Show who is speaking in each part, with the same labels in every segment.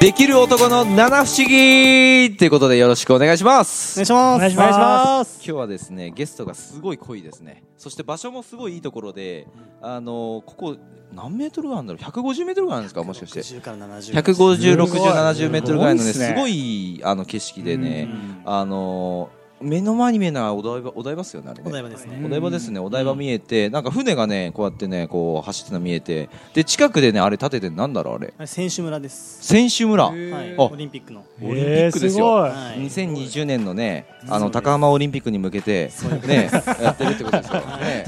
Speaker 1: できる男の七不思議ということでよろしくお願いします
Speaker 2: 願いします。
Speaker 3: お願いします
Speaker 1: 今日はですねゲストがすごい濃いですねそして場所もすごいいいところで、あのここ何メートルぐらいあるんだろう150メートルぐらいあるんですかもしかして
Speaker 2: 10から70。
Speaker 1: 1506070メートルぐらいのね
Speaker 3: すごいっすね
Speaker 1: すごいあの景色でねあの目の前に見えないお台場お台場っすよねあれね
Speaker 2: お台場ですね。
Speaker 1: お台場ですねお台場見えてなんか船がねこうやってねこう走ってるの見えてで近くでねあれ建ててるなんだろうあれ
Speaker 2: あれ選手村です。
Speaker 1: 選手村オリン
Speaker 2: はい。
Speaker 1: あ
Speaker 2: オリンピックの。
Speaker 1: ピックですよ
Speaker 3: えーす
Speaker 2: はい
Speaker 1: 2020年のねあ
Speaker 2: そ
Speaker 1: の
Speaker 2: うです
Speaker 1: 高浜オリンピックに向けて
Speaker 2: そういうこと
Speaker 1: ねやってるってことですよね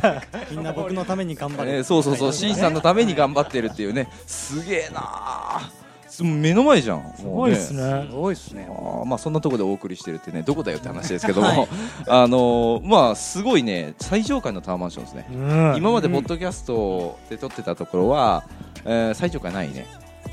Speaker 2: みんな僕のために頑張
Speaker 1: えー
Speaker 2: る。
Speaker 1: そうそうそう、
Speaker 2: はい
Speaker 1: しんさんのために頑張ってるっていうね、すげえなあ。す目の前じゃん。す
Speaker 3: ごいですね。。
Speaker 4: すごいですね。
Speaker 1: あーまあそんなところでお送りしてるってねどこだよって話ですけども、
Speaker 2: はい
Speaker 1: あのーまあすごいね最上階のタワーマンションですね、
Speaker 3: うん
Speaker 1: 今までポッドキャストで撮ってたところは、えー最上階ないね、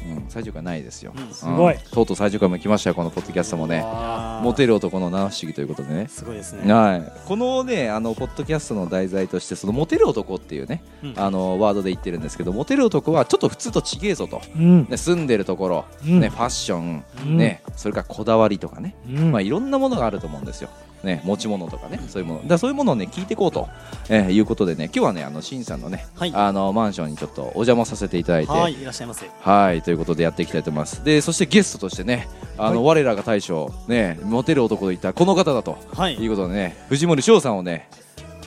Speaker 1: うん、最上階ないですよ、
Speaker 2: うん
Speaker 3: すごい
Speaker 1: うんとうとう最上階も来ましたよこのポッドキャストもね
Speaker 2: あー
Speaker 1: モテる男の七不思議ということでね
Speaker 2: すごいですね。
Speaker 1: はい、このねあのポッドキャストの題材としてそのモテる男っていうね、
Speaker 2: うん
Speaker 1: あのワードで言ってるんですけどモテる男はちょっと普通と違えぞと、
Speaker 3: うん
Speaker 1: ね、住んでるところ、
Speaker 3: うん
Speaker 1: ね、ファッション、
Speaker 3: うん
Speaker 1: ね、それからこだわりとかね、
Speaker 3: うん
Speaker 1: まあ、いろんなものがあると思うんですよ。ね、持ち物とかねそういうものだからそういうものをね聞いていこうと、えーいうことでね今日はねあのしんさんのね、
Speaker 2: はい
Speaker 1: あのマンションにちょっとお邪魔させていただいて
Speaker 2: はい、いらっしゃいませ。
Speaker 1: はいということでやっていきたいと思いますでそしてゲストとしてねあの、我らが大将ねモテる男といったこの方だと
Speaker 2: は
Speaker 1: とい
Speaker 2: い。
Speaker 1: うことでね、藤森翔さんをね、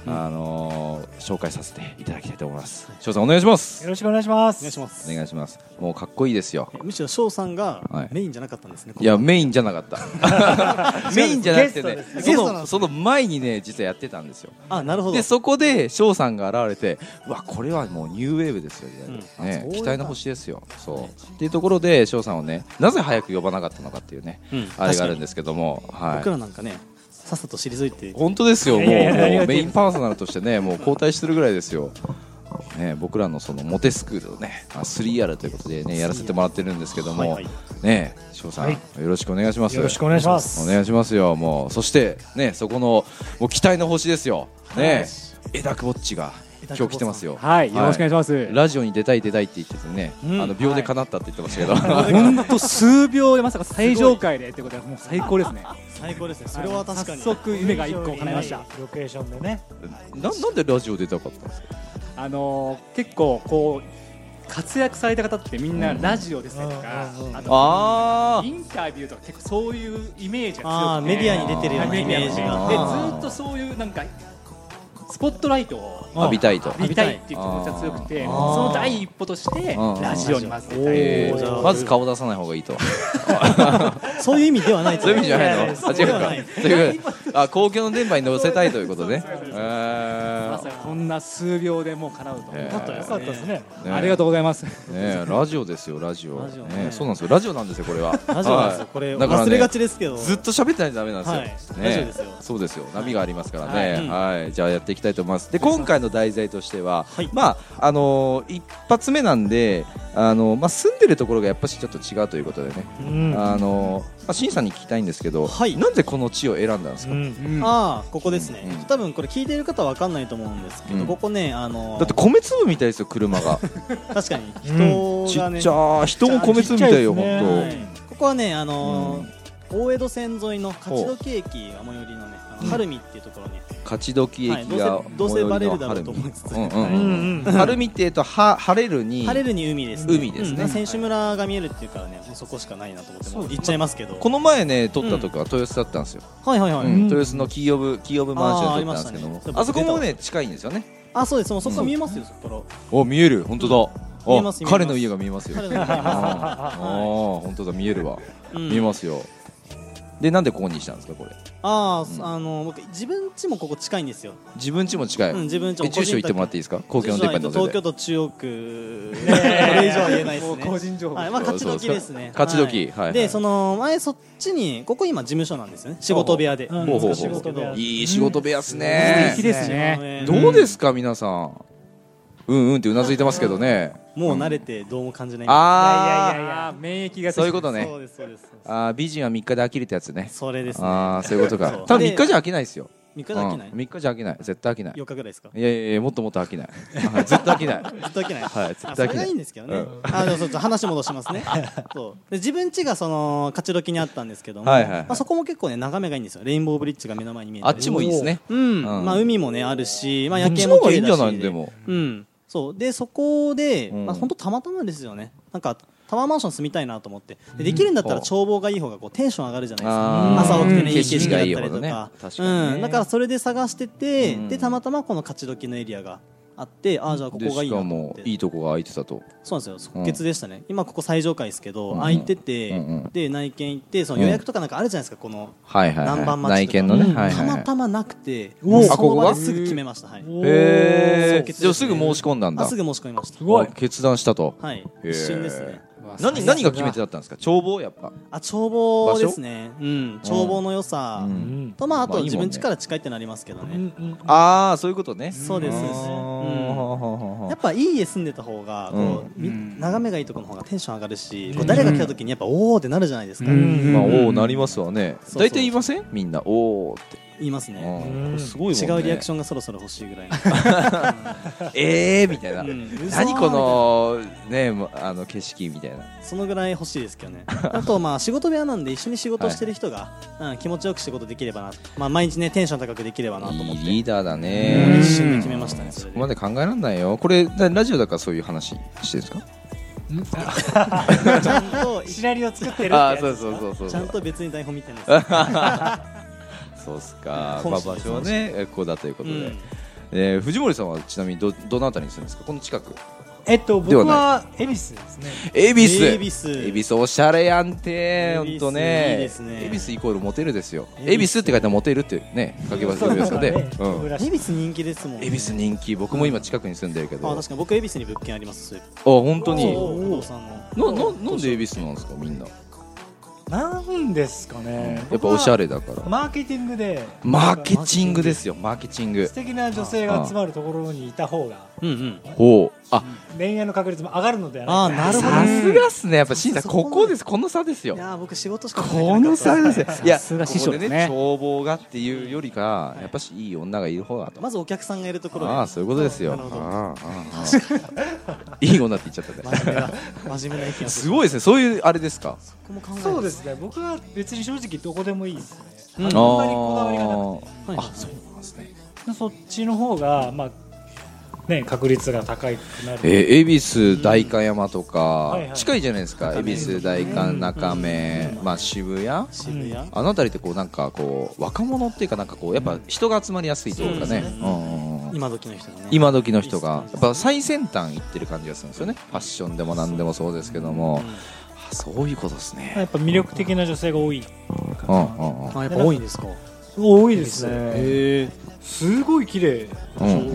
Speaker 1: あのー紹介させていただきたいと思います。翔さんお願いしま
Speaker 3: よ
Speaker 1: す。
Speaker 3: ろしくお願いしま
Speaker 2: お願いし
Speaker 3: す。
Speaker 2: ます。
Speaker 1: お願いします。もうかっこいいですよ。
Speaker 2: むしろ翔さんが
Speaker 1: はい
Speaker 2: メインじゃなかったんですね。
Speaker 1: いやメインじゃなかった。メインじゃなくてね
Speaker 3: ゲスト、です
Speaker 1: そ
Speaker 2: ゲストなん
Speaker 1: の
Speaker 2: です
Speaker 1: その前にね実はやってたんですよ。
Speaker 2: あ、なるほど
Speaker 1: で。そこで翔さんが現れて、うわこれはもうニューウェーブですよね。
Speaker 2: うん
Speaker 1: ね
Speaker 4: そういう
Speaker 1: 期待の星ですよ。そう。っていうところで翔さんをね、なぜ早く呼ばなかったのかっていうね、
Speaker 2: うん
Speaker 1: あれがあるんですけども、はい
Speaker 2: 僕。らなんかね、さっさと退いて。
Speaker 1: 本当ですよ、もう
Speaker 3: いやいやあり
Speaker 1: も
Speaker 3: が
Speaker 1: う
Speaker 3: とうございます
Speaker 1: メインパーソナルとしてね、もう交代してるぐらいですよ。ね、僕らのそのモテスクールのね、あ 3R ということでね、やらせてもらってるんですけども、
Speaker 2: はいはい
Speaker 1: ね、翔さん、
Speaker 3: はい
Speaker 1: よろしくお願いします。
Speaker 3: よろしくお願いしま
Speaker 1: お
Speaker 3: す。
Speaker 1: 願いしますよ、もう、そして、ね、そこの、もう期待の星ですよ。ね、枝久保っちが、
Speaker 2: 枝久保さん
Speaker 1: 今日来てますよ。
Speaker 4: はい、よろしくお願いします。
Speaker 1: ラジオに出たい出たいって言っててね、
Speaker 4: うん
Speaker 1: あの秒で叶ったって言ってましたけど、
Speaker 4: 本当数秒でまさか最上階でってことはもう最高ですね。
Speaker 2: 最高ですね。それは確かに。
Speaker 4: 早速夢が一個叶いました。。
Speaker 3: ロケーションでね。
Speaker 1: ななんでラジオ出たかったんですか
Speaker 4: あのー結構こう活躍された方ってみんな
Speaker 1: うん
Speaker 4: ラジオですねとか
Speaker 3: うんうんう、ん
Speaker 4: あ
Speaker 1: あ
Speaker 4: とインタビューとか結構そういうイメージが強くて、
Speaker 2: あーメディアに出てるよう
Speaker 4: は
Speaker 2: ないイ
Speaker 4: メディア
Speaker 2: メージ
Speaker 1: あ
Speaker 2: が。
Speaker 1: ー
Speaker 2: で
Speaker 4: でずっとそういうなんかスポットライトを
Speaker 1: ー浴びたいと。
Speaker 4: 浴びたいっていう気持ちが強くて、
Speaker 1: あ
Speaker 4: そ
Speaker 1: ー
Speaker 4: の第一歩として
Speaker 1: うん
Speaker 4: ラジオにまず出たい。
Speaker 1: え
Speaker 2: おーじゃ
Speaker 1: ー、
Speaker 2: あ
Speaker 1: まず顔出さない方がいいと。
Speaker 2: そういう意味ではないと
Speaker 1: そういう意味じゃないの
Speaker 2: やや
Speaker 1: あ、
Speaker 2: そう
Speaker 1: 違う
Speaker 2: ではな
Speaker 1: か。
Speaker 2: い
Speaker 1: ということであ、公共の電波に乗せたいということね。えー
Speaker 4: まさかこんな数秒でもう叶うと、
Speaker 1: えー
Speaker 3: よかったよかったですね。
Speaker 1: ね
Speaker 4: ありがとうございます。
Speaker 1: ねラジオですよ、ラジオ。
Speaker 2: ラジオね
Speaker 1: ねそうなんですよ、ラジオなんですよ、これは。
Speaker 2: ラジオなんですよ。
Speaker 1: はい
Speaker 2: これ
Speaker 1: だからね
Speaker 2: 忘れがちですけど。
Speaker 1: ずっと喋ってないとダメなんですよ。
Speaker 2: はい
Speaker 1: ね
Speaker 2: ラジオですよ
Speaker 1: そうですよ。波がありますからね。はい、じゃあやっていきたいと思います。で、今回の題材としては、
Speaker 2: はい
Speaker 1: まああのー一発目なんで、あのーまあ住んでるところがやっぱしちょっと違うということでね。
Speaker 3: うん。
Speaker 1: あのーまあ新さんに聞きたいんですけど、
Speaker 2: はい
Speaker 1: なんでこの地を選んだんです
Speaker 3: う
Speaker 1: か。
Speaker 3: ん
Speaker 4: うん
Speaker 2: ああここですね、
Speaker 1: うん
Speaker 2: 多分これ聞いてる方は分かんないと思うんですけど、
Speaker 1: うん
Speaker 2: ここねあの
Speaker 1: だって米粒みたいですよ、車が。
Speaker 2: 確かに人
Speaker 1: ち
Speaker 2: が
Speaker 1: っ
Speaker 2: ね、
Speaker 1: ちゃー人も米粒みたいよ、
Speaker 3: ちっちゃい
Speaker 2: は
Speaker 1: 本
Speaker 2: いここはねあのー大江戸線沿いの勝
Speaker 1: ほ
Speaker 2: ど
Speaker 1: う
Speaker 2: 駅が最寄りのねあ
Speaker 1: うん
Speaker 2: の晴海っていうところに、
Speaker 1: 当。勝ち時駅
Speaker 2: はいどうせ
Speaker 1: が
Speaker 2: どうせ
Speaker 1: 最寄りの
Speaker 2: バレるだろうと思いつつ
Speaker 1: 晴海
Speaker 3: う
Speaker 1: うんうんうん
Speaker 3: ん うん。
Speaker 1: 晴海って言うとは晴れるに
Speaker 2: 晴れるに海ですね
Speaker 1: 海ですね
Speaker 2: うん選手村が見えるっていうからねもうそこしかないなと思ってもう行っちゃいますけど
Speaker 1: この前ね撮ったとこは豊洲だったんですよ。
Speaker 2: はいはいはい、
Speaker 1: うん豊洲のキーオブキーオブマンションで撮ったんですけど
Speaker 2: あーありました
Speaker 1: も、
Speaker 2: ね
Speaker 1: あそこもね近いんですよね。
Speaker 2: あそうですもうそこは見えますよ、そこか
Speaker 1: お見える本当だ。
Speaker 2: 見え
Speaker 1: あ
Speaker 2: ます見えます
Speaker 1: 彼の家が見えますよ。
Speaker 2: 彼の
Speaker 1: あ
Speaker 2: 家
Speaker 1: ー あー本当だ見えるわ。
Speaker 2: ら、うん
Speaker 1: 見えますよ。でなんでここにしたんですかこれ。
Speaker 2: あ
Speaker 1: うん
Speaker 2: ー、あのー僕自分家もここ近いんですよ、
Speaker 1: 自分家も近い。
Speaker 2: うん自分家
Speaker 1: え
Speaker 2: も
Speaker 1: 住所言ってもらっていいですか。公共の電波に乗せ
Speaker 2: 東
Speaker 1: て
Speaker 2: 京。都中央 区これ以上は言えないで
Speaker 4: も
Speaker 2: す
Speaker 4: う
Speaker 2: ね
Speaker 4: 個人情報。
Speaker 2: はい、まあ勝ち時ですね。
Speaker 1: 勝ち時はいはい
Speaker 2: で、その前そっちにここ今事務所なんですよね。仕事部屋で。
Speaker 3: ほう
Speaker 1: ほうほう
Speaker 2: うん仕事部屋
Speaker 3: ほうほう
Speaker 1: いい仕事部屋っす
Speaker 4: 素
Speaker 1: ね
Speaker 4: 敵。ですね。
Speaker 2: ね
Speaker 1: どうですか皆さん。うんうんってうなずいてますけどね。
Speaker 2: もう慣れてどうも感じない。
Speaker 1: ああ。
Speaker 4: いやいや免疫がついてる
Speaker 1: そういうことね
Speaker 2: そうですそうです。
Speaker 1: あー美人は3日で飽きるってやつね
Speaker 2: それですね。
Speaker 1: ああそういうことか
Speaker 2: そう
Speaker 1: 多分3日じゃ飽きないですよ
Speaker 2: 3 3日だけない
Speaker 1: うん、3日じゃ飽きない絶対飽きない
Speaker 2: 4日ぐらいですか
Speaker 1: いやいやいやもっともっと飽きない、はい、ずっと飽きない
Speaker 2: ずっと飽きない
Speaker 1: はい絶
Speaker 2: あそ
Speaker 1: 対飽
Speaker 2: れ
Speaker 1: き
Speaker 2: が
Speaker 1: ない
Speaker 2: い
Speaker 1: い
Speaker 2: んですけどね、
Speaker 1: うん
Speaker 2: あでもそうちょっと話戻 しますねそうで自分家がその勝どきにあったんですけども、
Speaker 1: はいはいはい
Speaker 2: まあ、そこも結構ね眺めがいいんですよレインボーブリッジが目の前に見えて
Speaker 1: あっちもいいですね
Speaker 2: うん、
Speaker 1: うん
Speaker 2: まあ、海もねあるし、まあ、
Speaker 1: こ
Speaker 2: 夜
Speaker 1: っち
Speaker 2: 景
Speaker 1: の
Speaker 2: も
Speaker 1: 方が
Speaker 2: 綺
Speaker 1: いい
Speaker 2: 麗
Speaker 1: ん
Speaker 2: だ
Speaker 1: じ
Speaker 2: し
Speaker 1: ゃないでも
Speaker 2: うん、そうでそこで、
Speaker 1: うん
Speaker 2: まあ本当たまたまですよねなんかタワーマンション住みたいなと思ってでできるんだった
Speaker 1: ほ
Speaker 2: ら
Speaker 1: う
Speaker 2: 眺望がいい方がこうテンション上がるじゃないです
Speaker 1: あ
Speaker 2: か
Speaker 1: ー
Speaker 2: 朝起きてね
Speaker 1: うん
Speaker 2: いい景色だったりと
Speaker 1: 景色がい
Speaker 2: か
Speaker 1: い方ね確かにね
Speaker 2: うん、だからそれで探してて、
Speaker 1: うん
Speaker 2: でたまたまこの勝どきのエリアがあってああじゃあこ
Speaker 1: で
Speaker 2: こがい
Speaker 1: し
Speaker 2: いなと
Speaker 1: か
Speaker 2: 思っ
Speaker 1: も
Speaker 2: て
Speaker 1: いいとこが空いてたと
Speaker 2: そうなんですよ
Speaker 1: うん
Speaker 2: 即決でしたね、今ここ最上階ですけど、
Speaker 1: うんうん
Speaker 2: 空いてて、
Speaker 1: うんうん
Speaker 2: で内見行ってその予約とかなんかあるじゃないですかこの
Speaker 1: はいはい、
Speaker 2: 南蛮
Speaker 1: は
Speaker 2: 町
Speaker 1: い、内見のね、
Speaker 2: うん
Speaker 1: はいはい
Speaker 2: た
Speaker 1: は
Speaker 2: ま
Speaker 1: い
Speaker 2: たまなくて
Speaker 3: お
Speaker 2: も
Speaker 3: う
Speaker 2: う
Speaker 1: あ
Speaker 2: そ
Speaker 1: こ
Speaker 2: の
Speaker 1: こが
Speaker 2: 場ですぐ決めましたはい
Speaker 1: へ
Speaker 2: 即
Speaker 1: えじ
Speaker 2: 決ですね
Speaker 1: ゃあすぐ申し込んだん
Speaker 2: あ
Speaker 1: だ
Speaker 2: すぐ申し込みました
Speaker 3: すご
Speaker 1: あ
Speaker 3: い
Speaker 1: 決断したと
Speaker 2: はい
Speaker 1: へー
Speaker 2: 一瞬ですね
Speaker 1: 何何が決め手だったんですか眺望やっぱ
Speaker 2: あ眺望ですねうん眺望の良さ、
Speaker 1: う
Speaker 3: うんん
Speaker 2: とまああ
Speaker 1: まあ
Speaker 2: と
Speaker 1: いいもんね
Speaker 2: 自分家から近いってなりますけど
Speaker 3: う
Speaker 2: ね、
Speaker 3: んうん
Speaker 1: ああそういうことね
Speaker 2: そうですそうです
Speaker 1: あー
Speaker 2: う
Speaker 1: ほ
Speaker 2: ん
Speaker 1: うほうほうほう
Speaker 2: やっぱいい家住んでた方がこう、
Speaker 4: うん
Speaker 2: み
Speaker 4: うん
Speaker 2: 眺めがいいところの方がテンション上がるし、こ
Speaker 3: う
Speaker 2: うん誰が来た時にやっぱおおってなるじゃないですか、
Speaker 3: うん
Speaker 1: まあおおなりますわね
Speaker 2: そうそう
Speaker 1: 大体言いませんみんなおおって
Speaker 2: 言います
Speaker 1: あ
Speaker 2: ね、
Speaker 1: ーこれすごいもんね
Speaker 2: 違うリアクションがそろそろ欲しい ぐらいの
Speaker 1: ええみたいな
Speaker 2: うん
Speaker 1: 何このねもうあの景色みたいな
Speaker 2: そのぐらい欲しいですけどねあとまあ仕事部屋なんで一緒に仕事をしてる人が、うん、気持ちよく仕事できればな、まあ、毎日ねテンション高くできればなと思
Speaker 1: い
Speaker 2: っ
Speaker 1: い
Speaker 2: て
Speaker 1: リーダーだ
Speaker 2: もう
Speaker 1: ね
Speaker 2: 一瞬で決めましたねそ
Speaker 1: そ
Speaker 2: れ
Speaker 1: こまで
Speaker 2: で
Speaker 1: 考えられないよこれだラジオだからそういう話してるんですか
Speaker 2: ちゃんと
Speaker 3: シナリオ作ってるって
Speaker 1: ああ
Speaker 3: や
Speaker 1: ー
Speaker 3: つ
Speaker 1: そうそうそうそう
Speaker 2: ち
Speaker 1: そ
Speaker 2: ゃん
Speaker 1: う
Speaker 2: と別に台本見てな いです
Speaker 1: そうっすかま
Speaker 2: 本
Speaker 1: あ
Speaker 2: 心
Speaker 1: 場
Speaker 2: です
Speaker 1: 所はねここだというこ
Speaker 2: う
Speaker 1: とで
Speaker 2: ん
Speaker 1: えー藤森さんはちなみにどどのあたりに住んでるんですかこの近く
Speaker 3: えっと僕
Speaker 1: では
Speaker 3: は恵比寿ですね
Speaker 1: 恵比寿
Speaker 2: 恵比寿
Speaker 1: 恵比寿おしゃれやんて
Speaker 2: 恵
Speaker 1: ほ
Speaker 2: 比寿
Speaker 1: んとね
Speaker 2: いいですね
Speaker 1: 恵比寿イコールモテるですよ
Speaker 2: 恵比寿
Speaker 1: 恵比寿って書いたらモテるってね書けばす
Speaker 3: そう
Speaker 1: る
Speaker 3: で
Speaker 1: ですす
Speaker 3: か
Speaker 1: から
Speaker 3: ね
Speaker 1: ねうん
Speaker 3: 僕らしい
Speaker 2: 恵比寿人気ですもんね
Speaker 1: 恵比寿人気僕も今近くに住んでるけど
Speaker 2: あ
Speaker 1: あ
Speaker 2: 確かに僕恵比寿に物件ありますそういえ
Speaker 1: 本当に
Speaker 2: ば
Speaker 3: おー
Speaker 2: 不動産
Speaker 1: な
Speaker 2: の
Speaker 1: ななんで恵比寿なんですかみんな
Speaker 3: なんですかね
Speaker 1: やっぱおしゃ
Speaker 3: れ
Speaker 1: れだから
Speaker 3: マーケティングで
Speaker 1: マーケティングですよマーケティング
Speaker 3: 素敵な女性が集まるところにいた方が
Speaker 2: うんうん
Speaker 1: ほうあ
Speaker 3: 恋愛の確率も上がるのでは
Speaker 2: ああ
Speaker 3: ないか
Speaker 2: なるほど
Speaker 1: さ
Speaker 2: ね
Speaker 1: すがっすねやっぱシンさん
Speaker 2: そこ
Speaker 1: ここですこの差ですよ
Speaker 2: いやー僕仕事しか考えてなか
Speaker 1: こ
Speaker 2: っ
Speaker 1: の
Speaker 2: た
Speaker 1: 差ですよいや
Speaker 4: さすが
Speaker 1: こ
Speaker 4: 師
Speaker 1: こ
Speaker 4: 匠
Speaker 1: で
Speaker 4: です
Speaker 1: ね
Speaker 4: ね
Speaker 1: 眺望がっていうよりかやっぱしいい女がいる方だと
Speaker 2: まずお客さんがいるところで
Speaker 1: ああそういうことですよ
Speaker 2: なるほど
Speaker 1: ああああ いい女って言っちゃったね
Speaker 2: 真面目な真面目な意見を
Speaker 1: すごいですねそういうあれですか
Speaker 2: そこも考え
Speaker 3: そうですすね僕は別に正直どこでもいいです
Speaker 2: うん
Speaker 3: ねあんまりこだわりがなくて
Speaker 2: はい
Speaker 1: あそうなんですね
Speaker 3: そっちの方がまあね確率が高くなる
Speaker 1: えー恵比寿代官山と
Speaker 3: うんはい
Speaker 1: か
Speaker 3: はい
Speaker 1: 近いじゃないですか
Speaker 2: 中
Speaker 1: 恵
Speaker 2: 目
Speaker 1: 比寿代官中目まあ渋谷
Speaker 2: 渋谷、
Speaker 1: あの辺りってこうなんかこう若者っていうかなんかこうやっぱ人が集まりやすいというかね
Speaker 2: そうで
Speaker 1: うん
Speaker 2: すね
Speaker 1: うんうん
Speaker 2: 今時の人がね
Speaker 1: 今時の人がやっぱ最先端行ってる感じがするんですよねファッションでも何でもそうですけどもあそういうことです
Speaker 3: や
Speaker 1: ね
Speaker 3: っぱ魅力的な女性が多い
Speaker 1: うんうんうん
Speaker 2: あやっぱ多いんですか
Speaker 3: 多いで
Speaker 2: へえ
Speaker 3: すごい綺麗
Speaker 1: うんうんうんう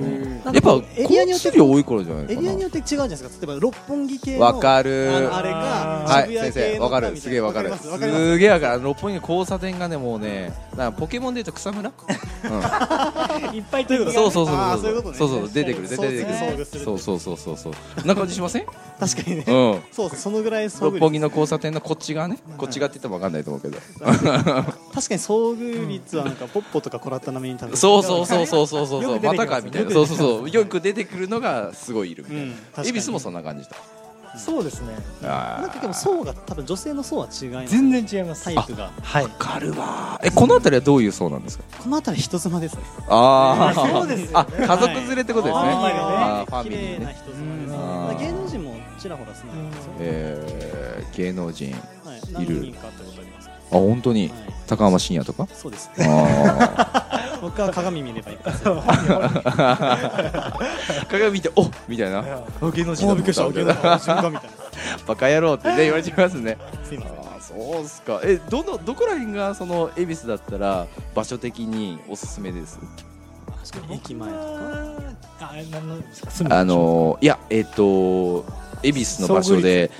Speaker 1: ん
Speaker 2: や
Speaker 1: やっぱ
Speaker 2: エリアによって
Speaker 1: 交通量多いからじゃない
Speaker 2: エ
Speaker 1: か
Speaker 2: リアに
Speaker 1: な
Speaker 2: よって違うじゃないですか例えば六本木系の
Speaker 1: わか
Speaker 2: あ
Speaker 1: る
Speaker 2: のあれ
Speaker 1: は
Speaker 2: が
Speaker 1: い
Speaker 2: 渋
Speaker 1: 先
Speaker 2: 谷系
Speaker 1: 生
Speaker 2: の
Speaker 1: わか
Speaker 2: み
Speaker 1: る
Speaker 2: たい
Speaker 1: すげえわかる
Speaker 2: わますわかります
Speaker 1: すげえわかるあの六本木の交差点がねもうねなんかポケモンで言うと草むらうん
Speaker 3: いっぱいという
Speaker 1: そうそうそう
Speaker 2: あ
Speaker 1: そう
Speaker 2: ーそういうことね
Speaker 1: そうそう出てくる出て
Speaker 2: 相
Speaker 1: く
Speaker 2: 遇
Speaker 1: る
Speaker 2: する
Speaker 1: そうそうそうそうそうそんな感じしません
Speaker 2: 確かにね
Speaker 1: うん
Speaker 2: そうそのぐらい遭
Speaker 1: 六本木
Speaker 2: 遇率
Speaker 1: の交差点のこっち側ねこっち側って言ってもわかんないと思うけど
Speaker 2: 確かに遭遇率はなんかポッポとかコラッタ並みに多分
Speaker 1: そうそうそうそうそうそうそう
Speaker 3: よく出
Speaker 1: ま
Speaker 3: てきます
Speaker 1: たかみたいなそ
Speaker 3: よく
Speaker 1: うそうそうよく出てくるのがすごいいるみたい
Speaker 2: うん
Speaker 1: な
Speaker 2: 確かに
Speaker 1: 恵比寿もそんな感じだ
Speaker 3: そうですね
Speaker 2: なん
Speaker 1: あ
Speaker 2: か
Speaker 1: ー
Speaker 2: でも層が多分女性の層は違います
Speaker 3: 全然違います
Speaker 2: タイプが
Speaker 3: はい
Speaker 1: わかるわーえこの辺りはどういう層なんですか
Speaker 2: この辺り人妻ですね
Speaker 1: ああ、
Speaker 3: そうですよね
Speaker 1: あ、家族連れってことですね。
Speaker 3: はい
Speaker 1: あーフ
Speaker 2: フ
Speaker 1: ァ
Speaker 2: ァ
Speaker 1: ミ
Speaker 2: ミ
Speaker 1: リ
Speaker 2: リ
Speaker 1: ーね
Speaker 2: ーね綺麗な人妻ですね
Speaker 1: うん
Speaker 2: だから芸能人もちらほらすないですよ
Speaker 1: えー、芸能人。あ、
Speaker 2: はい
Speaker 1: いる
Speaker 2: 何人かってことありますは
Speaker 1: 本当に。
Speaker 2: い
Speaker 1: 高浜深也とか。
Speaker 2: そうです
Speaker 1: あ
Speaker 2: 僕は鏡見ればいいか
Speaker 1: あ、 鏡見て、お、みたいな。あ芸能人だ
Speaker 2: びっくりした
Speaker 1: みたい
Speaker 2: 瞬
Speaker 1: な
Speaker 2: 間みたい
Speaker 1: バカ野郎ってね、言われちゃいますね。
Speaker 2: なすいません
Speaker 1: ああ、そうっすか。え、どの、どこら辺が、その恵比寿だったら、場所的におすすめです。
Speaker 2: 確かに駅前とか
Speaker 3: あなんの住んでる
Speaker 1: あのー、いや、えっ、と、恵比寿の場所で、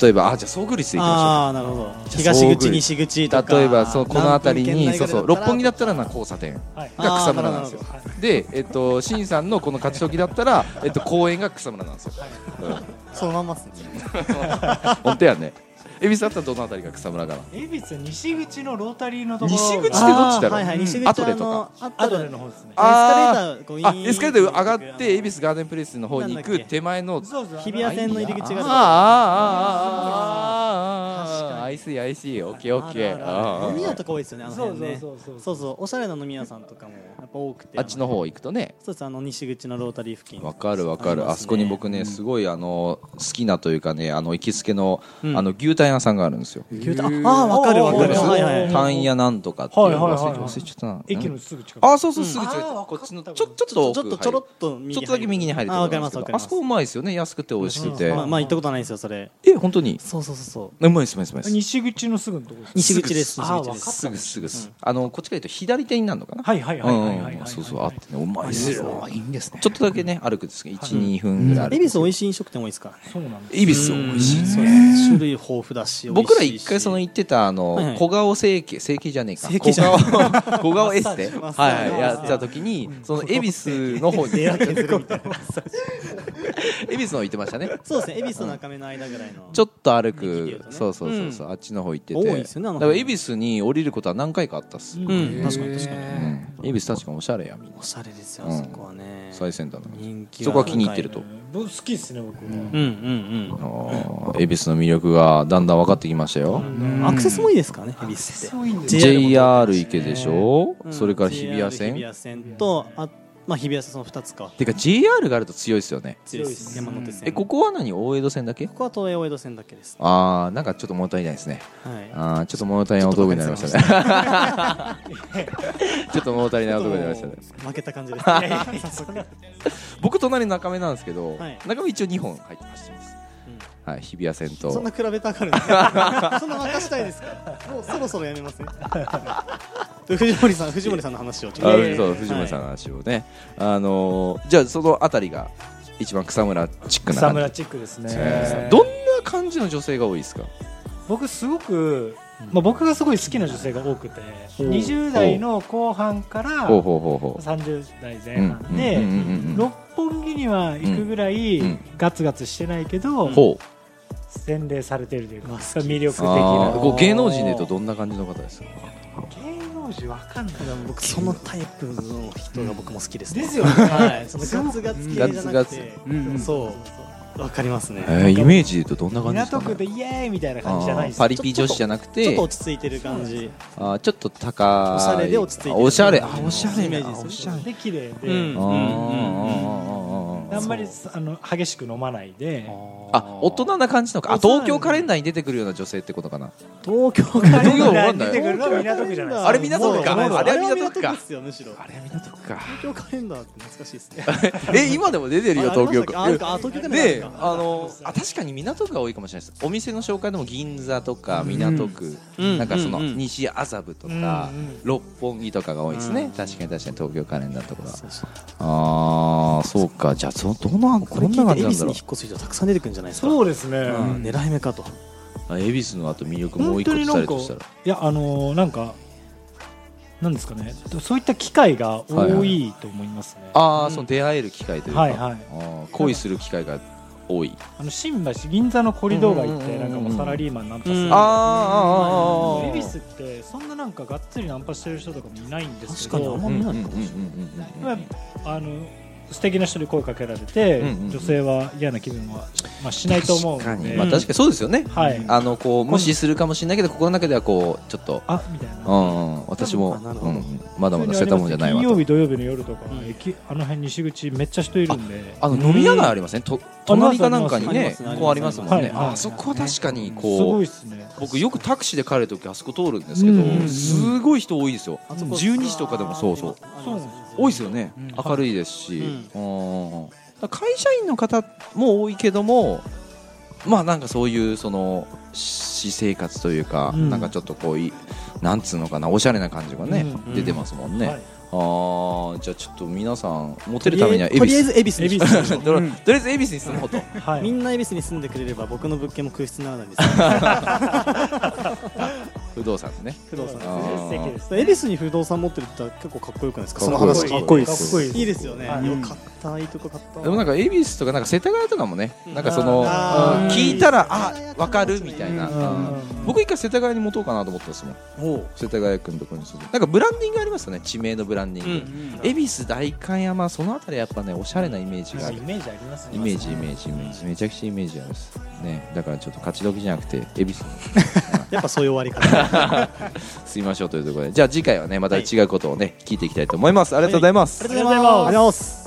Speaker 1: 例えば、あ、じゃ、遭遇率でいきましょう。
Speaker 2: ああなるほど
Speaker 1: じゃあ
Speaker 2: 東
Speaker 1: 遭遇率
Speaker 2: 口西口とか
Speaker 1: 例えばそうこの辺りにそうそう六本木だったらな
Speaker 2: こ
Speaker 1: 交差点
Speaker 3: はい
Speaker 1: が草むらなんですよ
Speaker 2: あーなるほどなる
Speaker 1: でえっと新さんのこの勝ち時だったらえっと公園が草むらなんですよ、
Speaker 2: うそのまんまっすね
Speaker 1: うん、本当やね恵比寿だったらどのあたりが草むらかな
Speaker 3: 恵比寿西口のロータリーのところ
Speaker 1: 西口ってどっちだ
Speaker 3: あ
Speaker 1: ろう
Speaker 2: あーはいはい、
Speaker 3: うん
Speaker 2: 西口
Speaker 1: アトレとか
Speaker 2: あの
Speaker 3: ア
Speaker 2: ア
Speaker 3: ド
Speaker 2: ト
Speaker 3: レ
Speaker 2: レ
Speaker 3: の
Speaker 2: の
Speaker 3: 方ですね
Speaker 1: あ
Speaker 2: エスカレーターこう
Speaker 1: あエスカレーター上がって
Speaker 2: いい
Speaker 1: 恵比寿ガーデンプレイスの方に行
Speaker 2: なんだっ
Speaker 1: く
Speaker 2: け
Speaker 1: 手前の
Speaker 3: そうそう
Speaker 2: 日比谷線の入り口がある
Speaker 1: あーあーあーあーあーあーあーあーあーあー
Speaker 2: 確かに
Speaker 1: あー I see I see オッケーオッケ
Speaker 2: あるある
Speaker 1: ー
Speaker 2: 飲み屋
Speaker 1: あ
Speaker 2: とか多いですよねあの
Speaker 3: そう
Speaker 2: 辺
Speaker 3: そう
Speaker 2: ね
Speaker 3: そうそう
Speaker 2: そうそうおしゃれな飲み屋さんとかもやっぱ多くて
Speaker 1: あっちの方行くとね
Speaker 2: そうですあの西口のロータリー付近
Speaker 1: わかるわか
Speaker 2: り
Speaker 1: る
Speaker 2: ますね
Speaker 1: あそこに僕ねすごいあの好きなというかねあの行きつけのあ
Speaker 2: うん
Speaker 1: の牛タン屋さんがあるんですよ
Speaker 2: 牛タンああーわかるわかる
Speaker 1: おー
Speaker 2: はいはい
Speaker 3: うん
Speaker 1: タン屋なんとかっていうの
Speaker 3: はい
Speaker 1: が
Speaker 3: はいはいはい
Speaker 1: 忘れちゃったな
Speaker 3: 駅のすぐ近く
Speaker 1: あそうそうすぐ近く
Speaker 3: うんあー
Speaker 1: こっちのち
Speaker 3: わ
Speaker 1: ょ
Speaker 3: か
Speaker 1: ち
Speaker 3: っ
Speaker 1: ょ
Speaker 3: た
Speaker 1: っと
Speaker 2: ち
Speaker 1: 奥
Speaker 2: ょ
Speaker 1: 入る
Speaker 2: っとちょろっと右
Speaker 1: ちょっとだけ右に入る
Speaker 2: あーわかりますわ
Speaker 1: とこ
Speaker 2: か
Speaker 1: ろなんでけどあ
Speaker 2: ります
Speaker 1: そこうまいですよね安くて美味しくて
Speaker 2: まあまあ行ったことないですよそれ
Speaker 1: え本当に
Speaker 2: そうそうそうそう
Speaker 1: うまいですうまいですうまいです
Speaker 3: 西口のすぐのところです
Speaker 2: 西口です
Speaker 1: ぐ
Speaker 2: 西口です
Speaker 1: すぐすぐすぐあのこっちから言うと左手になるのかな
Speaker 3: はいはいはいはいはい
Speaker 1: うん
Speaker 3: は
Speaker 1: う
Speaker 3: い
Speaker 1: んそうそうあってねうまいですよ
Speaker 4: いいんですね
Speaker 1: ちょっとだけね歩くんですけど12分ぐらい歩く
Speaker 2: 恵比寿美味しい飲食店多いですからね
Speaker 3: そうなんです
Speaker 1: 恵比寿美味しいです
Speaker 2: そう
Speaker 1: よ
Speaker 2: です種類豊富だし
Speaker 1: 僕ら
Speaker 2: 美味しいし
Speaker 1: 一回その行ってたあ
Speaker 2: はいは
Speaker 1: の
Speaker 2: い
Speaker 1: 小顔整形整形じゃねえか
Speaker 2: 整
Speaker 1: 小
Speaker 2: 形じゃね
Speaker 1: 顔小顔エステ
Speaker 2: マッサージ
Speaker 1: は
Speaker 2: マッサージ
Speaker 1: いやった時にその恵比寿の方に
Speaker 2: 出
Speaker 1: 恵
Speaker 2: 歩きす るみたいな
Speaker 1: 比寿の方行ってましたね
Speaker 2: そうですね恵比寿と中目の間ぐらいの
Speaker 1: ちょっと歩
Speaker 2: できるよ
Speaker 1: く
Speaker 2: と、ね
Speaker 1: そうそうそうそう、あっちの方行ってて
Speaker 2: 多いですよねあの
Speaker 1: だ
Speaker 2: 方
Speaker 1: から恵比寿に降りることは何回かあったっす、
Speaker 2: う
Speaker 1: へ
Speaker 2: ん
Speaker 1: ー
Speaker 2: 確かに確かに
Speaker 1: うん恵比寿確かおしゃれやみんな
Speaker 2: おしゃれですよ
Speaker 1: うん
Speaker 2: そこはね
Speaker 1: 最先端な感じ
Speaker 2: 人気
Speaker 1: そこは気に入ってると
Speaker 3: 僕好きですね僕
Speaker 2: うんうん
Speaker 1: あー恵比寿の魅力がだんだん分かってきましたよ、
Speaker 2: うんアクセスもいいですからね恵比寿って
Speaker 3: そういんですよ
Speaker 1: JR 池でしょ、
Speaker 2: うん
Speaker 1: それから日比谷
Speaker 2: JR
Speaker 1: 線
Speaker 2: 日比谷線とあまあ日比谷線その二つか
Speaker 1: てか JR があると強いですよね
Speaker 2: 強いです
Speaker 3: 強いです
Speaker 2: 山手線
Speaker 1: えここは何大江戸線だけ
Speaker 2: ここは東映大江戸線だけです
Speaker 1: あーなんかちょっと物足りないですね
Speaker 2: は
Speaker 1: あーちょっと物足りない男になりま したねちょっと物足りない男になりましたね
Speaker 2: い負けた 感じですいやいや早速
Speaker 1: 僕隣中目なんですけど、
Speaker 2: はい
Speaker 1: 中目一応2本入ってましたはい、日比谷線
Speaker 2: そん
Speaker 1: と
Speaker 2: な比べた がるんですかそんな任したいですかもうそろそろやめますね 藤森さん藤森さんの話をちょ
Speaker 1: あ
Speaker 2: っ
Speaker 1: そう藤森さんの話をね、あのーじゃあその辺りが一番草むらチックな
Speaker 3: 草
Speaker 1: 感
Speaker 3: む
Speaker 1: じ
Speaker 3: らチックです
Speaker 1: えー
Speaker 3: ね
Speaker 1: どんな感じの女性が多いですか
Speaker 3: 僕すごく、まあ、僕がすごい好きな女性が多くて20代の後半から
Speaker 1: ほうほうほうほ
Speaker 3: 30代
Speaker 1: う
Speaker 3: 前半で、
Speaker 1: うんうんうんうん
Speaker 3: 六本木には行くぐらい
Speaker 1: うんうん
Speaker 3: ガツガツしてないけど、
Speaker 1: ほう
Speaker 3: 洗礼されてるというか魅力的
Speaker 1: あ
Speaker 3: な
Speaker 1: ーこう芸能人でいうとどんな感じの方ですか
Speaker 3: 芸能人わかんない
Speaker 2: と僕そのタイプの人が僕も好きです
Speaker 3: ですよね
Speaker 2: はいそのガツガツ系じゃ
Speaker 1: ガツ
Speaker 2: な
Speaker 1: ガ
Speaker 2: く
Speaker 1: ツ
Speaker 2: て
Speaker 4: うんうん
Speaker 2: そうわかりますね
Speaker 1: えーイメージでいうとどんな感じですか、
Speaker 3: 港
Speaker 1: ね、
Speaker 3: 区でイエーイみたいな
Speaker 1: あ
Speaker 3: 感じじゃないで
Speaker 1: ー
Speaker 3: す
Speaker 1: パリピ女子じゃなくて
Speaker 2: ちょっと落ち着いてる感じ
Speaker 1: あーちょっと高い
Speaker 2: おしゃれで落ち着いてる
Speaker 1: あおしゃれあおしゃれ
Speaker 2: イメ
Speaker 1: な
Speaker 2: ージです
Speaker 1: おしゃれ
Speaker 3: で綺麗で、
Speaker 1: あー
Speaker 2: うんうん
Speaker 1: あーあーあー
Speaker 3: あんまりあの激しく飲まないで
Speaker 1: あ大人な感じのかあ東京カレンダーに出てくるような女性ってことかな
Speaker 2: 東京から
Speaker 1: 東京わかんな
Speaker 3: 出
Speaker 1: い
Speaker 3: てくるのは港区じゃないですか
Speaker 1: あれ港区か
Speaker 2: もうもう
Speaker 1: あれは港区か
Speaker 2: あれはですよむしろ
Speaker 1: あれは港区か
Speaker 2: 東京カレンダーって懐かしいですね
Speaker 1: え今でも出てるよ東京
Speaker 2: ああ
Speaker 1: か
Speaker 2: るかあ東京カレンダー
Speaker 1: で
Speaker 2: あるか
Speaker 1: あのあ確かに港区が多いかもしれないですお店の紹介でも銀座とか港区、
Speaker 2: うん
Speaker 1: なんかその
Speaker 2: うんうん
Speaker 1: 西麻布とか、
Speaker 3: うんうん
Speaker 1: 六本木とかが多いですね、
Speaker 2: うん
Speaker 1: 確かに確かに東京カレンダーとかは
Speaker 2: そうそう
Speaker 1: ああそうかじゃあそのどんな
Speaker 2: こ
Speaker 1: こ
Speaker 2: れ
Speaker 1: んな
Speaker 2: 聞い
Speaker 1: 感
Speaker 2: て
Speaker 1: じ
Speaker 2: 恵
Speaker 1: なん
Speaker 2: 比寿
Speaker 1: だ
Speaker 2: に
Speaker 1: ろ
Speaker 2: 引っ越す人たくさん出てくるんじゃないですか
Speaker 3: そうですね、
Speaker 2: うん狙い目かと
Speaker 1: うあ恵比寿のあと魅力もう
Speaker 3: 本
Speaker 1: 一個
Speaker 3: 当
Speaker 1: 伝
Speaker 3: に
Speaker 1: え
Speaker 3: なん
Speaker 1: る
Speaker 3: か
Speaker 1: と
Speaker 3: い
Speaker 1: したら
Speaker 3: やあのーなんかなんですかねそういった機会が多いと思いますね、
Speaker 1: ああ、その出会える機会というか、
Speaker 3: はいはい
Speaker 1: あー恋する機会が多い、
Speaker 3: あの新橋銀座のコリドー街行っ
Speaker 1: う
Speaker 3: て
Speaker 1: ん
Speaker 3: なんかもうサラリーマンナンパする
Speaker 2: うん
Speaker 3: みたいな
Speaker 1: あーあーあーあー
Speaker 3: 恵比寿ってそんななんかがっつりナンパしてる人とかもいないんですけ
Speaker 2: 確かにあ
Speaker 3: ど
Speaker 2: んま
Speaker 1: うんうんうんうん
Speaker 3: まああの素敵な人に声かけられて、
Speaker 1: うんうんうん
Speaker 3: 女性は嫌な気分は、まあ、しないと思う
Speaker 1: 確か
Speaker 3: の
Speaker 1: に、
Speaker 3: で、
Speaker 1: まあ、確かにそうですよね、
Speaker 3: はい
Speaker 1: あのこう無視するかもしれないけど心の中ではこうちょっと、
Speaker 3: あみたいな
Speaker 1: うんうん、私も、
Speaker 2: なるほ
Speaker 1: う
Speaker 2: ど
Speaker 1: んうん、まだまだ捨てたもんじゃないわ
Speaker 3: 金曜
Speaker 1: と
Speaker 3: 日土曜日の夜とか、
Speaker 2: うん
Speaker 3: 駅あの辺西口めっちゃ人いるんで
Speaker 1: あの飲み屋街ありません、と隣かなんかにね
Speaker 2: あります
Speaker 1: こうありますもんね、
Speaker 3: はいはい
Speaker 1: あそこは確かに
Speaker 3: すご
Speaker 1: こ
Speaker 3: いうっすね
Speaker 1: 僕よくタクシーで帰るときあそこ通るんですけど、
Speaker 3: うんうんうん
Speaker 1: すごい人多いですよ
Speaker 2: あそこ
Speaker 1: 12時とかでもそうそう
Speaker 2: あ
Speaker 3: そう
Speaker 1: 多いですよね、
Speaker 4: うん
Speaker 1: 明るいですし、う
Speaker 2: う
Speaker 1: んんだから会社員の方も多いけどもまあなんかそういうその私生活というか、
Speaker 3: うん
Speaker 1: なんかちょっとこういなんつうのかなおしゃれな感じがね、
Speaker 2: うん
Speaker 1: 出てますもんね、
Speaker 3: はい
Speaker 1: あーじゃあちょっと皆さんモテるためには恵比
Speaker 2: とりあ
Speaker 1: 寿
Speaker 2: えず恵比寿に引っ越しましょう
Speaker 1: とりあえず恵比寿に住もうと
Speaker 3: はい
Speaker 2: みんな恵比寿に住んでくれれば僕の物件も空室にならないですよ
Speaker 1: 不動産ですね
Speaker 2: 不動産
Speaker 1: あー
Speaker 3: 素敵です
Speaker 2: 恵比寿に不動産持ってるって言ったら結構かっこよくないですかその
Speaker 4: こいい
Speaker 2: 話
Speaker 4: か
Speaker 2: 聞
Speaker 4: っ
Speaker 2: いて
Speaker 4: こいいっ
Speaker 3: かっこいい
Speaker 4: す
Speaker 2: いいですよね、
Speaker 3: はい
Speaker 2: よかったいいとこ買った
Speaker 1: でもなんか恵比寿とかなんか世田谷とかもね
Speaker 2: うん
Speaker 1: なんかその
Speaker 2: あ
Speaker 3: ー
Speaker 1: うん聞いたらあわかるみたいな
Speaker 3: うんうんうん
Speaker 1: うん僕一回世田谷に持とうかなと思ったんですもん
Speaker 2: おう
Speaker 1: 世田谷区のところにするなんかブランディングありますよね地名のブランディング恵比寿代官山そのあたりやっぱねおしゃれなイメージがあ
Speaker 3: イ
Speaker 1: る
Speaker 3: メージありますね
Speaker 1: イメージイメージイメージめちゃくちゃイメージあるんですねだからちょっと勝ち時じゃなくて恵比寿に
Speaker 2: やっぱそういう終わり方
Speaker 1: 住みましょうというところでじゃあ次回はねまた違うことをね聞いていきたいと思いますありがとうございます
Speaker 2: ありがとうございます